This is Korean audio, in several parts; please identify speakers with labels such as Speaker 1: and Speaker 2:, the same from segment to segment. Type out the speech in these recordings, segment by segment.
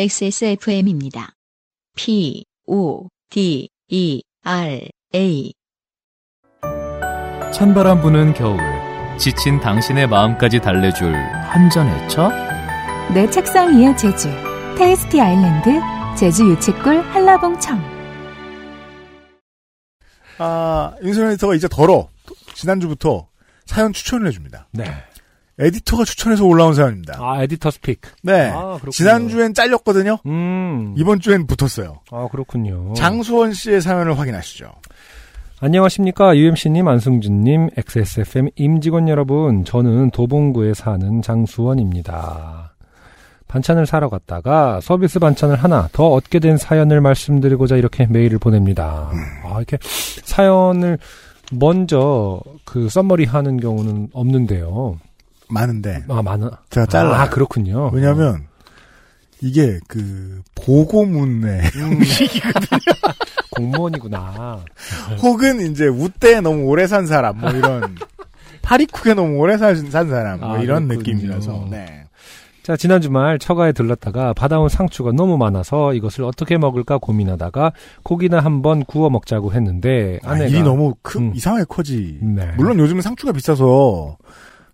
Speaker 1: XSFM입니다. P, O, D, E, R, A.
Speaker 2: 찬바람 부는 겨울 지친 당신의 마음까지 달래줄 한 잔의 차?
Speaker 3: 내 책상 위의 제주 테이스티 아일랜드 제주 유채꿀 한라봉청
Speaker 4: 아, 인솔 에디터가 이제 덜어. 지난주부터 사연 추천을 해줍니다.
Speaker 5: 네.
Speaker 4: 에디터가 추천해서 올라온 사연입니다.
Speaker 5: 아, 에디터 스픽.
Speaker 4: 네.
Speaker 5: 아, 그렇군요.
Speaker 4: 지난주엔 잘렸거든요.
Speaker 5: 음.
Speaker 4: 이번 주엔 붙었어요.
Speaker 5: 아, 그렇군요.
Speaker 4: 장수원 씨의 사연을 확인하시죠.
Speaker 5: 안녕하십니까. UMC님, 안승준님, XSFM 임직원 여러분. 저는 도봉구에 사는 장수원입니다. 반찬을 사러 갔다가 서비스 반찬을 하나 더 얻게 된 사연을 말씀드리고자 이렇게 메일을 보냅니다. 아, 이렇게 사연을 먼저 그 썸머리 하는 경우는 없는데요.
Speaker 4: 많은데.
Speaker 5: 아, 많아.
Speaker 4: 제가 잘라요.
Speaker 5: 아, 그렇군요.
Speaker 4: 왜냐면, 하 이게 그, 보고문에,
Speaker 5: 음. 공무원이구나.
Speaker 4: 혹은 이제 우대에 너무 오래 산 사람, 뭐 이런, 파리쿡에 너무 오래 산, 산 사람, 뭐
Speaker 5: 아,
Speaker 4: 이런
Speaker 5: 그렇군요.
Speaker 4: 느낌이라서. 네.
Speaker 5: 자, 지난 주말 처가에 들렀다가 받아온 상추가 너무 많아서 이것을 어떻게 먹을까 고민하다가 고기나 한번 구워 먹자고 했는데
Speaker 4: 아,
Speaker 5: 아내가
Speaker 4: 일이 너무 크,
Speaker 5: 음.
Speaker 4: 이상하게 커지.
Speaker 5: 네.
Speaker 4: 물론 요즘은 상추가 비싸서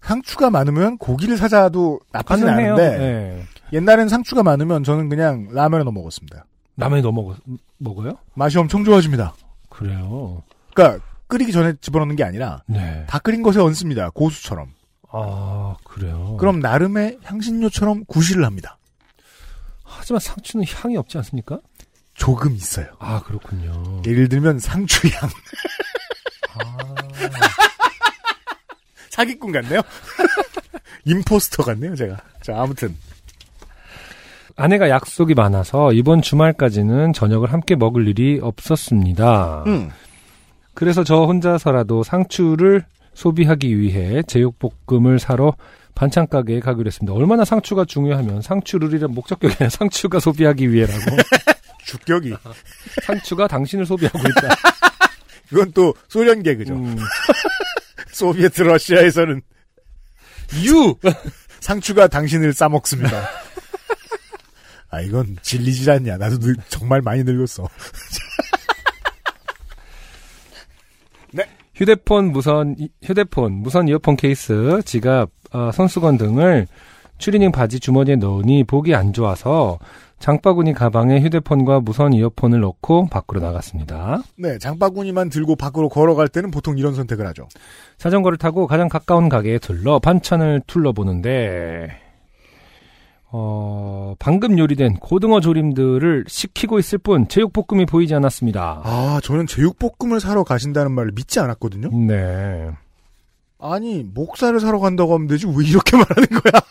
Speaker 4: 상추가 많으면 고기를 사자도 나쁘진
Speaker 5: 가능해요.
Speaker 4: 않은데
Speaker 5: 네.
Speaker 4: 옛날엔 상추가 많으면 저는 그냥 라면에 넣어 먹었습니다.
Speaker 5: 라면에 넣어 먹어, 먹어요?
Speaker 4: 맛이 엄청 좋아집니다.
Speaker 5: 그래요.
Speaker 4: 그러니까 끓이기 전에 집어넣는 게 아니라
Speaker 5: 네.
Speaker 4: 다 끓인 것에 얹습니다. 고수처럼.
Speaker 5: 아, 그래요.
Speaker 4: 그럼 나름의 향신료처럼 구실을 합니다.
Speaker 5: 하지만 상추는 향이 없지 않습니까?
Speaker 4: 조금 있어요.
Speaker 5: 아, 그렇군요.
Speaker 4: 예를 들면 상추향.
Speaker 5: 아,
Speaker 4: 사기꾼 같네요. 임포스터 같네요, 제가. 자, 아무튼.
Speaker 5: 아내가 약속이 많아서 이번 주말까지는 저녁을 함께 먹을 일이 없었습니다.
Speaker 4: 음.
Speaker 5: 그래서 저 혼자서라도 상추를 소비하기 위해 제육볶음을 사러 반찬 가게에 가기로 했습니다. 얼마나 상추가 중요하면 상추를이란 목적격이 아니라 상추가 소비하기 위해라고
Speaker 4: 주격이.
Speaker 5: 상추가 당신을 소비하고 있다.
Speaker 4: 이건 또 소련 개그죠.
Speaker 5: 음,
Speaker 4: 소비에트 러시아에서는
Speaker 5: 유
Speaker 4: 상추가 당신을 싸먹습니다. 아, 이건 질리질 않냐. 나도 늙- 정말 많이 늙었어.
Speaker 5: 휴대폰 무선 이- 휴대폰 무선 이어폰 케이스 지갑 아, 손수건 등을 추리닝 바지 주머니에 넣으니 보기 안 좋아서 장바구니 가방에 휴대폰과 무선 이어폰을 넣고 밖으로 나갔습니다.
Speaker 4: 네, 장바구니만 들고 밖으로 걸어갈 때는 보통 이런 선택을 하죠.
Speaker 5: 자전거를 타고 가장 가까운 가게에 들러 반찬을 둘러보는데 어, 방금 요리된 고등어 조림들을 식히고 있을 뿐 제육볶음이 보이지 않았습니다.
Speaker 4: 아, 저는 제육볶음을 사러 가신다는 말을 믿지 않았거든요?
Speaker 5: 네.
Speaker 4: 아니, 목살을 사러 간다고 하면 되지, 왜 이렇게 말하는 거야?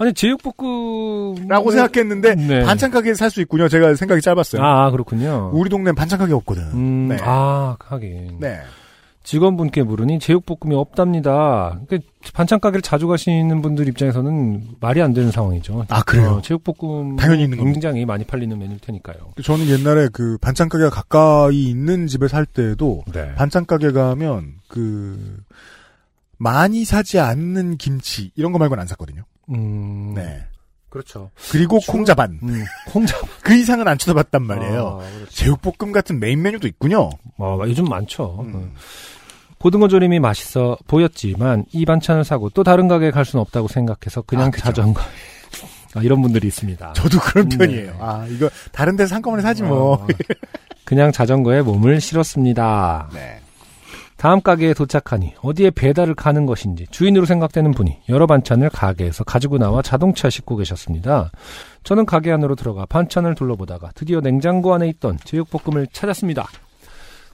Speaker 5: 아니 제육볶음
Speaker 4: 라고 생각했는데,
Speaker 5: 네.
Speaker 4: 반찬 가게에서 살 수 있군요. 제가 생각이 짧았어요.
Speaker 5: 아, 아, 그렇군요.
Speaker 4: 우리 동네는 반찬 가게 없거든.
Speaker 5: 음,
Speaker 4: 네.
Speaker 5: 아, 하긴.
Speaker 4: 네.
Speaker 5: 직원분께 물으니 제육볶음이 없답니다. 그러니까 반찬 가게를 자주 가시는 분들 입장에서는 말이 안 되는 상황이죠.
Speaker 4: 아, 그래요?
Speaker 5: 어, 제육볶음
Speaker 4: 당연히 있는 겁니다.
Speaker 5: 굉장히 많이 팔리는 메뉴일 테니까요.
Speaker 4: 저는 옛날에 그 반찬 가게가 가까이 있는 집에 살 때에도,
Speaker 5: 네.
Speaker 4: 반찬 가게 가면 그 많이 사지 않는 김치 이런 거 말고는 안 샀거든요.
Speaker 5: 음,
Speaker 4: 네.
Speaker 5: 그렇죠.
Speaker 4: 그리고 콩자반
Speaker 5: 음, 홍잡
Speaker 4: 그 이상은 안
Speaker 5: 아.
Speaker 4: 쳐다봤단 말이에요. 제육볶음 같은 메인 메뉴도 있군요.
Speaker 5: 그렇죠. 어, 요즘 많죠.
Speaker 4: 음.
Speaker 5: 어. 고등어 조림이 맛있어 보였지만 이 반찬을 사고 또 다른 가게에 갈 수는 없다고 생각해서 그냥
Speaker 4: 아, 그죠.
Speaker 5: 자전거 아, 이런 분들이 있습니다.
Speaker 4: 저도 그런
Speaker 5: 네.
Speaker 4: 편이에요. 아 이거 다른 데서 한꺼번에 사지 뭐.
Speaker 5: 어, 그냥 자전거에 몸을 실었습니다.
Speaker 4: 네.
Speaker 5: 다음 가게에 도착하니 어디에 배달을 가는 것인지 주인으로 생각되는 분이 여러 반찬을 가게에서 가지고 나와 자동차 싣고 계셨습니다. 저는 가게 안으로 들어가 반찬을 둘러보다가 드디어 냉장고 안에 있던 제육볶음을 찾았습니다.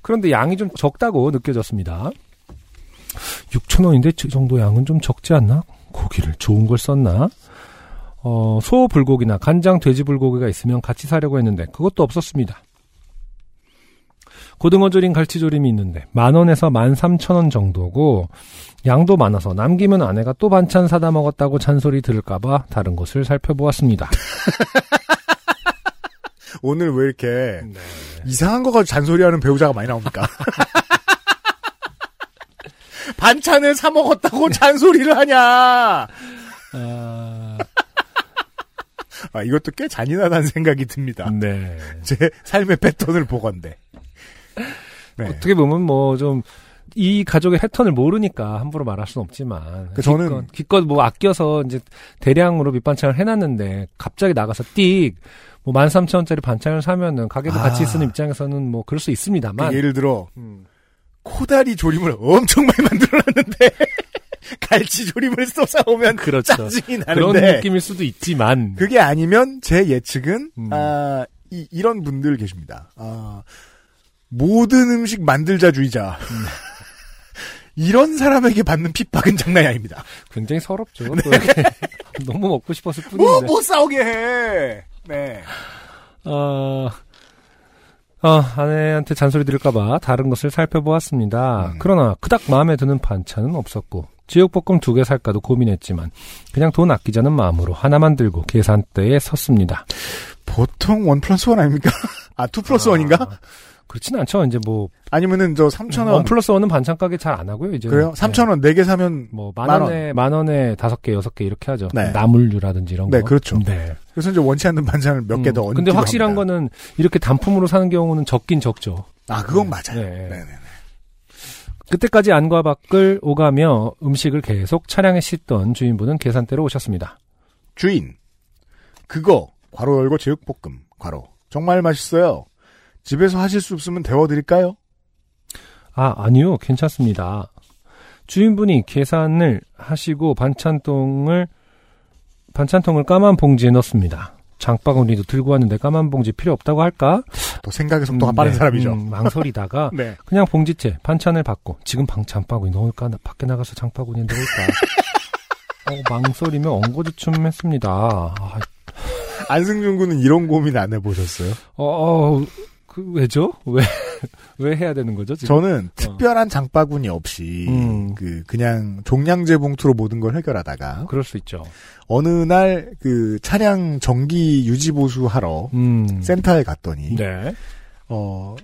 Speaker 5: 그런데 양이 좀 적다고 느껴졌습니다. 6,000원인데 이 정도 양은 좀 적지 않나? 고기를 좋은 걸 썼나? 어, 소 불고기나 간장 돼지 불고기가 있으면 같이 사려고 했는데 그것도 없었습니다. 고등어 조림, 갈치 조림이 있는데 만 원에서 만 삼천 원 정도고 양도 많아서 남기면 아내가 또 반찬 사다 먹었다고 잔소리 들을까봐 다른 곳을 살펴보았습니다.
Speaker 4: 오늘 왜 이렇게
Speaker 5: 네.
Speaker 4: 이상한 거 가지고 잔소리하는 배우자가 많이 나옵니까? 반찬을 사 먹었다고 잔소리를 하냐?
Speaker 5: 아,
Speaker 4: 아, 이것도 꽤 잔인하다는 생각이 듭니다.
Speaker 5: 네.
Speaker 4: 제 삶의 패턴을 보건데. 네.
Speaker 5: 어떻게 보면 뭐 좀 이 가족의 패턴을 모르니까 함부로 말할 수는 없지만
Speaker 4: 그 저는-
Speaker 5: 기껏, 기껏 뭐 아껴서 이제 대량으로 밑반찬을 해놨는데 갑자기 나가서 띡 뭐, 13,000원짜리 반찬을 사면은, 가게도
Speaker 4: 아.
Speaker 5: 같이 쓰는 입장에서는 뭐, 그럴 수 있습니다만.
Speaker 4: 그 예를 들어
Speaker 5: 음.
Speaker 4: 코다리 조림을 엄청 많이 만들어놨는데 갈치 조림을 쏟아오면
Speaker 5: 그렇죠.
Speaker 4: 짜증이
Speaker 5: 그런
Speaker 4: 나는데
Speaker 5: 느낌일 수도 있지만.
Speaker 4: 그게 아니면 제 예측은
Speaker 5: 음.
Speaker 4: 아, 이, 이런 분들 계십니다. 아, 모든 음식 만들자주의자. 이런 사람에게 받는 핍박은 장난이 아닙니다.
Speaker 5: 굉장히 서럽죠.
Speaker 4: 네.
Speaker 5: 또 이렇게 너무 먹고 싶었을
Speaker 4: 뭐,
Speaker 5: 뿐인데.
Speaker 4: 못 싸우게 해. 네.
Speaker 5: 어, 어, 아내한테 잔소리 들을까봐 다른 것을 살펴보았습니다.
Speaker 4: 음.
Speaker 5: 그러나 그닥 마음에 드는 반찬은 없었고, 지역볶음 두 개 살까도 고민했지만, 그냥 돈 아끼자는 마음으로 하나만 들고 계산대에 섰습니다.
Speaker 4: 보통 원 플러스 원 아닙니까? 아, 투 플러스 원인가?
Speaker 5: 아, 그렇진 않죠. 이제 뭐,
Speaker 4: 아니면은 저 3천
Speaker 5: 원
Speaker 4: 원.
Speaker 5: 플러스 원은 반찬 가게 잘 안 하고요. 이제 네.
Speaker 4: 그래요? 3천 원 4개 사면
Speaker 5: 뭐, 만
Speaker 4: 만 원.
Speaker 5: 원에, 만 원에 다섯 개, 여섯 개 이렇게 하죠.
Speaker 4: 네.
Speaker 5: 나물류라든지 이런
Speaker 4: 네,
Speaker 5: 거.
Speaker 4: 그렇죠.
Speaker 5: 네.
Speaker 4: 그래서 이제 원치 않는 반찬을 몇 개 더
Speaker 5: 음,
Speaker 4: 얹기도
Speaker 5: 근데 확실한
Speaker 4: 합니다.
Speaker 5: 거는 이렇게 단품으로 사는 경우는 적긴 적죠.
Speaker 4: 아, 그건 맞아요.
Speaker 5: 네.
Speaker 4: 네. 네
Speaker 5: 그때까지 안과 밖을 오가며 음식을 계속 차량에 싣던 주인분은 계산대로 오셨습니다.
Speaker 4: 주인. 그거. 괄호 열고 제육볶음. 괄호. 정말 맛있어요. 집에서 하실 수 없으면 데워드릴까요?
Speaker 5: 아, 아니요. 괜찮습니다. 주인분이 계산을 하시고 반찬통을 반찬통을 까만 봉지에 넣습니다. 장바구니도 들고 왔는데 까만 봉지 필요 없다고 할까?
Speaker 4: 또 생각의 속도가
Speaker 5: 음,
Speaker 4: 빠른
Speaker 5: 네,
Speaker 4: 사람이죠.
Speaker 5: 음, 망설이다가
Speaker 4: 네.
Speaker 5: 그냥 봉지째 반찬을 받고 지금 방 장바구니 넣을까 나 밖에 나가서 장바구니 넣을까 어, 망설이며 엉거주춤 했습니다. 아,
Speaker 4: 안승준 군은 이런 고민 안 해보셨어요?
Speaker 5: 어, 어, 그, 왜죠? 왜, 왜 해야 되는 거죠, 지금?
Speaker 4: 저는 특별한 장바구니 없이
Speaker 5: 음.
Speaker 4: 그 그냥 종량제 봉투로 모든 걸 해결하다가
Speaker 5: 그럴 수 있죠.
Speaker 4: 어느 날 그 차량 정기 유지 보수 하러
Speaker 5: 음.
Speaker 4: 센터에 갔더니
Speaker 5: 네.
Speaker 4: 어,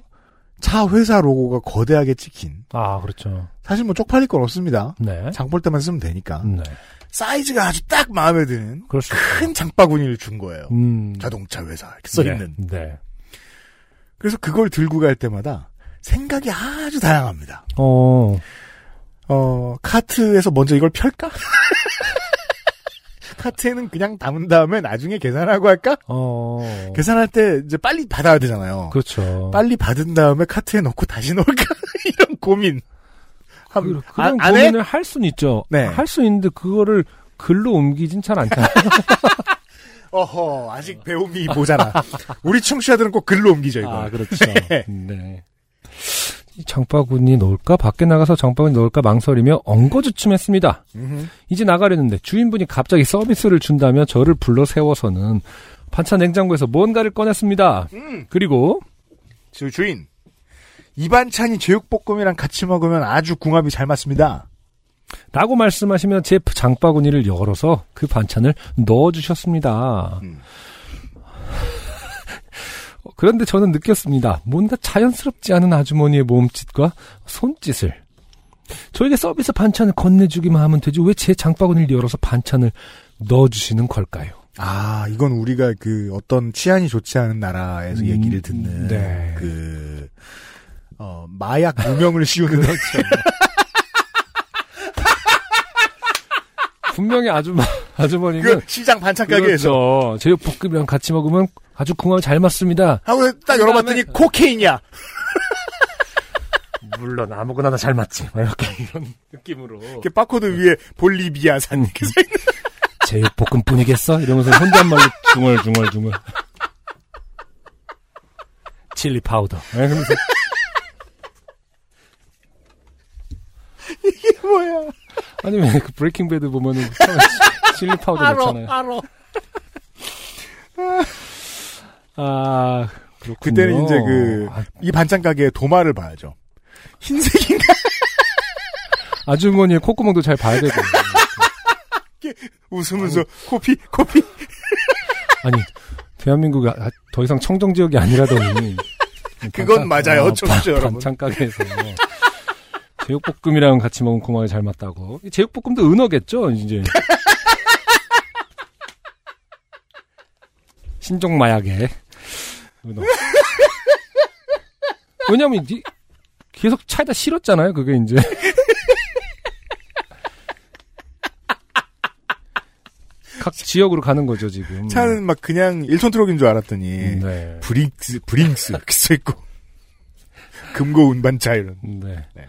Speaker 4: 차 회사 로고가 거대하게 찍힌
Speaker 5: 아, 그렇죠.
Speaker 4: 사실 뭐 쪽팔릴 건 없습니다.
Speaker 5: 네.
Speaker 4: 장 볼 때만 쓰면 되니까
Speaker 5: 네.
Speaker 4: 사이즈가 아주 딱 마음에 드는
Speaker 5: 그럴 수 있죠.
Speaker 4: 큰 장바구니를 준 거예요.
Speaker 5: 음.
Speaker 4: 자동차 회사 이렇게 써 있는.
Speaker 5: 네. 네.
Speaker 4: 그래서 그걸 들고 갈 때마다 생각이 아주 다양합니다.
Speaker 5: 어,
Speaker 4: 어, 카트에서 먼저 이걸 펼까? 카트에는 그냥 담은 다음에 나중에 계산하고 할까?
Speaker 5: 어.
Speaker 4: 계산할 때 이제 빨리 받아야 되잖아요.
Speaker 5: 그렇죠.
Speaker 4: 빨리 받은 다음에 카트에 넣고 다시 넣을까? 이런 고민. 함-
Speaker 5: 그,
Speaker 4: 아,
Speaker 5: 그런
Speaker 4: 안 해?
Speaker 5: 고민을 할 순 있죠.
Speaker 4: 네.
Speaker 5: 할 수 있는데 그거를 글로 옮기진 잘 않잖아요.
Speaker 4: 어허, 아직 배움이 모자라. 우리 청취자들은 꼭 글로 옮기죠, 이거.
Speaker 5: 아, 그렇죠. 네. 이 장바구니 넣을까? 밖에 나가서 장바구니 넣을까? 망설이며 엉거주춤했습니다.
Speaker 4: 음흠.
Speaker 5: 이제 나가려는데 주인분이 갑자기 서비스를 준다며 저를 불러 세워서는 반찬 냉장고에서 뭔가를 꺼냈습니다.
Speaker 4: 음.
Speaker 5: 그리고
Speaker 4: 저 주인. 이 반찬이 제육볶음이랑 같이 먹으면 아주 궁합이 잘 맞습니다.
Speaker 5: 라고 말씀하시며 제 장바구니를 열어서 그 반찬을 넣어주셨습니다.
Speaker 4: 음.
Speaker 5: 어, 그런데 저는 느꼈습니다. 뭔가 자연스럽지 않은 아주머니의 몸짓과 손짓을. 저에게 서비스 반찬을 건네주기만 하면 되지 왜 제 장바구니를 열어서 반찬을 넣어주시는 걸까요?
Speaker 4: 아, 이건 우리가 그 어떤 치안이 좋지 않은 나라에서
Speaker 5: 음,
Speaker 4: 얘기를 듣는
Speaker 5: 네.
Speaker 4: 그 어, 마약 무명을 씌우는
Speaker 5: 분명히 아주머, 아주머니는
Speaker 4: 그 시장 반찬 가게에서
Speaker 5: 그렇죠. 제육볶음이랑 같이 먹으면 아주 궁합이 잘 맞습니다.
Speaker 4: 하고 딱 열어봤더니 그 코케인이야.
Speaker 5: 물론 아무거나 다 잘 맞지. 이렇게 이런 느낌으로.
Speaker 4: 이렇게 바코드 위에 볼리비아산 이렇게 써 있는.
Speaker 5: 제육볶음뿐이겠어? 이러면서 혼잣말로 중얼중얼중얼. 칠리 파우더. 이러면서
Speaker 4: 이게 뭐야?
Speaker 5: 아니면 그 브레이킹 배드 보면은 처음에 치- 칠리 파우더 넣잖아요.
Speaker 4: 알어.
Speaker 5: 아 그렇군요.
Speaker 4: 그때는 이제 그-
Speaker 5: 아,
Speaker 4: 이 반찬 가게의 도마를 봐야죠. 흰색인가?
Speaker 5: 아주머니의 콧구멍도 잘 봐야 되고.
Speaker 4: 웃으면서 코피 코피.
Speaker 5: 아니 대한민국이 아- 더 이상 청정 지역이 아니라더니 어,
Speaker 4: 그건 맞아요, 청취자 여러분.
Speaker 5: 반찬 가게에서 제육볶음이랑 같이 먹은 궁합이 잘 맞다고. 이 제육볶음도 은어겠죠 이제. 신종 마약에. 은어. 왜냐면 이- 계속 차에다 실었잖아요. 그게 이제. 각 지역으로 가는 거죠 지금.
Speaker 4: 차는 막 그냥 1톤 트럭인 줄 알았더니
Speaker 5: 네.
Speaker 4: 브링스 브링스 이렇게 써 있고 금고 운반차 이런.
Speaker 5: 네.
Speaker 4: 네.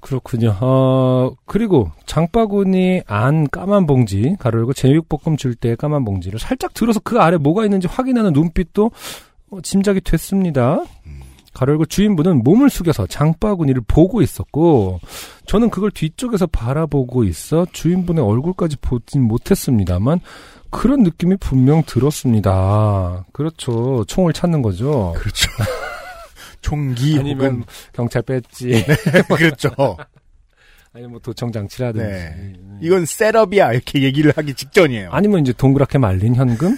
Speaker 5: 그렇군요. 어, 그리고 장바구니 안 까만 봉지, 가로 열고 제육볶음 줄 때 까만 봉지를 살짝 들어서 그 아래 뭐가 있는지 확인하는 눈빛도 어, 짐작이 됐습니다. 가로 열고 주인분은 몸을 숙여서 장바구니를 보고 있었고, 저는 그걸 뒤쪽에서 바라보고 있어 주인분의 얼굴까지 보진 못했습니다만, 그런 느낌이 분명 들었습니다. 그렇죠. 총을 찾는 거죠.
Speaker 4: 그렇죠. 총기
Speaker 5: 아니면 뭐-
Speaker 4: 혹은
Speaker 5: 경찰 뺐지.
Speaker 4: 그렇죠.
Speaker 5: 아니 뭐 도청 장치라든지 예.
Speaker 4: 네. 이건 셋업이야 이렇게 얘기를 하기 직전이에요.
Speaker 5: 아니면 이제 동그랗게 말린 현금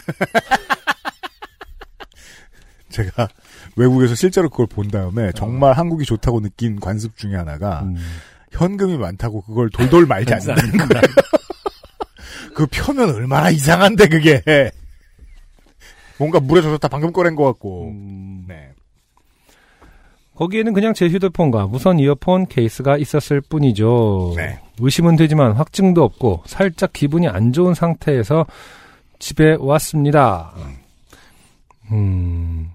Speaker 4: 제가 외국에서 실제로 그걸 본 다음에 정말 한국이 좋다고 느낀 관습 중에 하나가
Speaker 5: 어. 음.
Speaker 4: 현금이 많다고 그걸 돌돌 말지 않는다는 거예요. 그 표면 얼마나 이상한데 그게. 뭔가 물에 젖었다 방금 꺼낸 것 같고.
Speaker 5: 음.
Speaker 4: 네.
Speaker 5: 거기에는 그냥 제 휴대폰과 무선 이어폰 케이스가 있었을 뿐이죠
Speaker 4: 네.
Speaker 5: 의심은 되지만 확증도 없고 살짝 기분이 안 좋은 상태에서 집에 왔습니다 음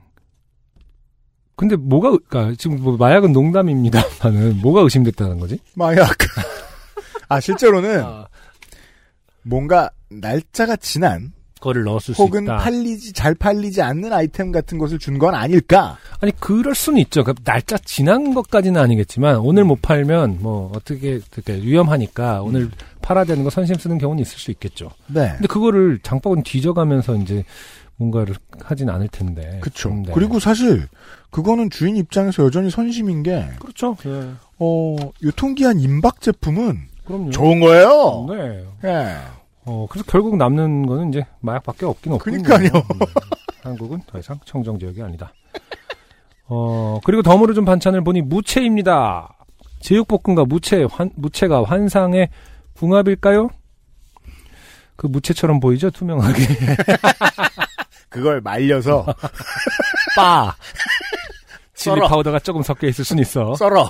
Speaker 5: 근데 뭐가 의- 그러니까 지금 뭐 마약은 농담입니다만은 뭐가 의심됐다는 거지
Speaker 4: 마약. 아 실제로는
Speaker 5: 아,
Speaker 4: 뭔가 날짜가 지난
Speaker 5: 거를 넣었을
Speaker 4: 혹은
Speaker 5: 수 있다
Speaker 4: 팔리지 잘 팔리지 않는 아이템 같은 것을 준 건 아닐까.
Speaker 5: 아니 그럴 수는 있죠. 그 날짜 지난 것까지는 아니겠지만 오늘
Speaker 4: 음.
Speaker 5: 못 팔면 뭐 어떻게 그렇게 위험하니까 오늘 팔아야 되는 거 선심 쓰는 경우는 있을 수 있겠죠.
Speaker 4: 네.
Speaker 5: 근데 그거를 장바구니 뒤져가면서 이제 뭔가를 하진 않을 텐데.
Speaker 4: 그렇죠.
Speaker 5: 음, 네.
Speaker 4: 그리고 사실 그거는 주인 입장에서 여전히 선심인 게
Speaker 5: 그렇죠. 예.
Speaker 4: 어, 유통기한 임박 제품은
Speaker 5: 그럼요.
Speaker 4: 좋은 거예요.
Speaker 5: 음. 네.
Speaker 4: 예.
Speaker 5: 어 그래서 결국 남는 거는 이제 마약밖에 없긴 없군요.
Speaker 4: 그러니까요.
Speaker 5: 음, 한국은 더 이상 청정 지역이 아니다. 어 그리고 덤으로 좀 반찬을 보니 무채입니다. 제육볶음과 무채 환, 무채가 환상의 궁합일까요? 그 무채처럼 보이죠 투명하게.
Speaker 4: 그걸 말려서 빠
Speaker 5: 칠리
Speaker 4: 썰어.
Speaker 5: 파우더가 조금 섞여 있을 순 있어.
Speaker 4: 썰어.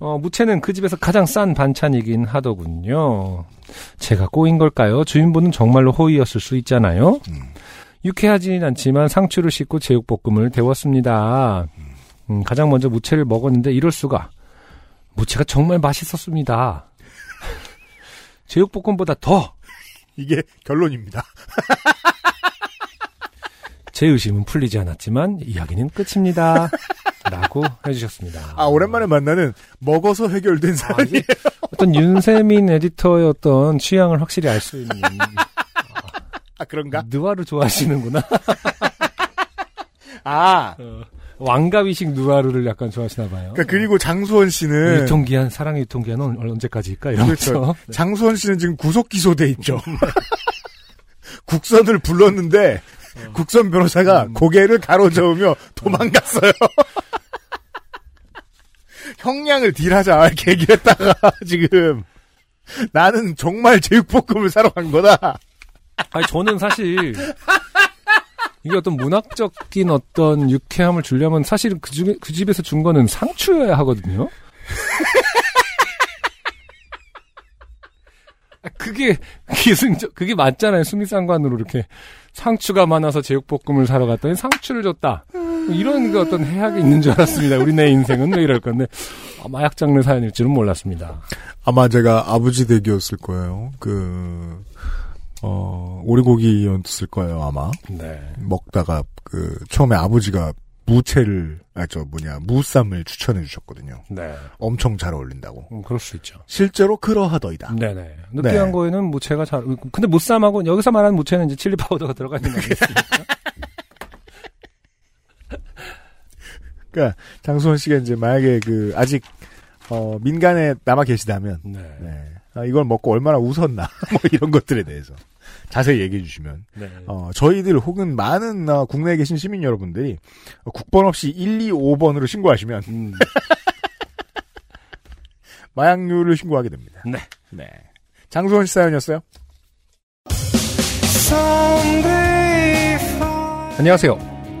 Speaker 5: 어, 무채는 그 집에서 가장 싼 반찬이긴 하더군요. 제가 꼬인 걸까요? 주인분은 정말로 호의였을 수 있잖아요. 유쾌하진 않지만 상추를 씻고 제육볶음을 데웠습니다. 음, 가장 먼저 무채를 먹었는데 이럴 수가. 무채가 정말 맛있었습니다. 제육볶음보다 더!
Speaker 4: 이게 결론입니다.
Speaker 5: 제 의심은 풀리지 않았지만 이야기는 끝입니다. 라고 해주셨습니다.
Speaker 4: 아 오랜만에 만나는 먹어서
Speaker 5: 아,
Speaker 4: 해결된
Speaker 5: 예.
Speaker 4: 사연이
Speaker 5: 어떤 윤세민 에디터의 어떤 취향을 확실히 알 수 있는
Speaker 4: 아 그런가?
Speaker 5: 느와르 좋아하시는구나.
Speaker 4: 아
Speaker 5: 왕가위식 누아르를 약간 좋아하시나 봐요.
Speaker 4: 그러니까 그리고 장수원 씨는
Speaker 5: 어. 유통기한 사랑의 유통기한은 얼- 언제까지일까 이러면서
Speaker 4: 그렇죠. 장수원 씨는 지금 구속 기소돼 있죠. 국선을 불렀는데 국선 변호사가 고개를 가로저으며 도망갔어요. 형량을 딜하자 이렇게 얘기했다가 지금 나는 정말 제육볶음을 사러 간 거다.
Speaker 5: 아니 저는 사실 이게 어떤 문학적인 어떤 유쾌함을 주려면 사실은 그 중에 그 집에서 준 거는 상추여야 하거든요. 아, 그게 그게 승- 그게 맞잖아요. 수미상관으로 이렇게 상추가 많아서 제육볶음을 사러 갔더니 상추를 줬다. 뭐 이런 그 어떤 해악이 있는 줄 알았습니다. 우리네 인생은 왜 이럴 건데 아, 마약 장르 사연일 줄은 몰랐습니다.
Speaker 4: 아마 제가 아버지 댁이었을 거예요. 그, 어, 오리고기였을 거예요, 아마.
Speaker 5: 네.
Speaker 4: 먹다가, 그, 처음에 아버지가 무채를, 아, 저 뭐냐, 무쌈을 추천해 주셨거든요.
Speaker 5: 네.
Speaker 4: 엄청 잘 어울린다고.
Speaker 5: 음, 그럴 수 있죠.
Speaker 4: 실제로 그러하더이다.
Speaker 5: 네네. 느끼한
Speaker 4: 네.
Speaker 5: 거에는 무채가 잘, 근데 무쌈하고, 여기서 말하는 무채는 이제 칠리 파우더가 들어가 있는 거겠죠.
Speaker 4: 그러니까, 장수원 씨가 이제 만약에 그, 아직, 어, 민간에 남아 계시다면,
Speaker 5: 네.
Speaker 4: 네. 아, 이걸 먹고 얼마나 웃었나, 뭐 이런 것들에 대해서 자세히 얘기해 주시면
Speaker 5: 네.
Speaker 4: 어, 저희들 혹은 많은 어, 국내에 계신 시민 여러분들이 어, 국번 없이 1, 2, 5번으로 신고하시면
Speaker 5: 음,
Speaker 4: 마약류를 신고하게 됩니다.
Speaker 5: 네.
Speaker 4: 장수원 씨 사연이었어요.
Speaker 5: 안녕하세요.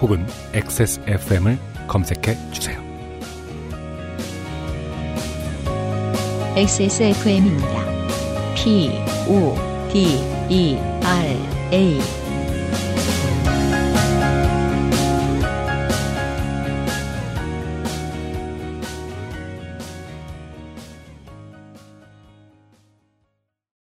Speaker 5: 혹은 XSFM을 검색해 주세요.
Speaker 1: XSFM입니다. P O D E R A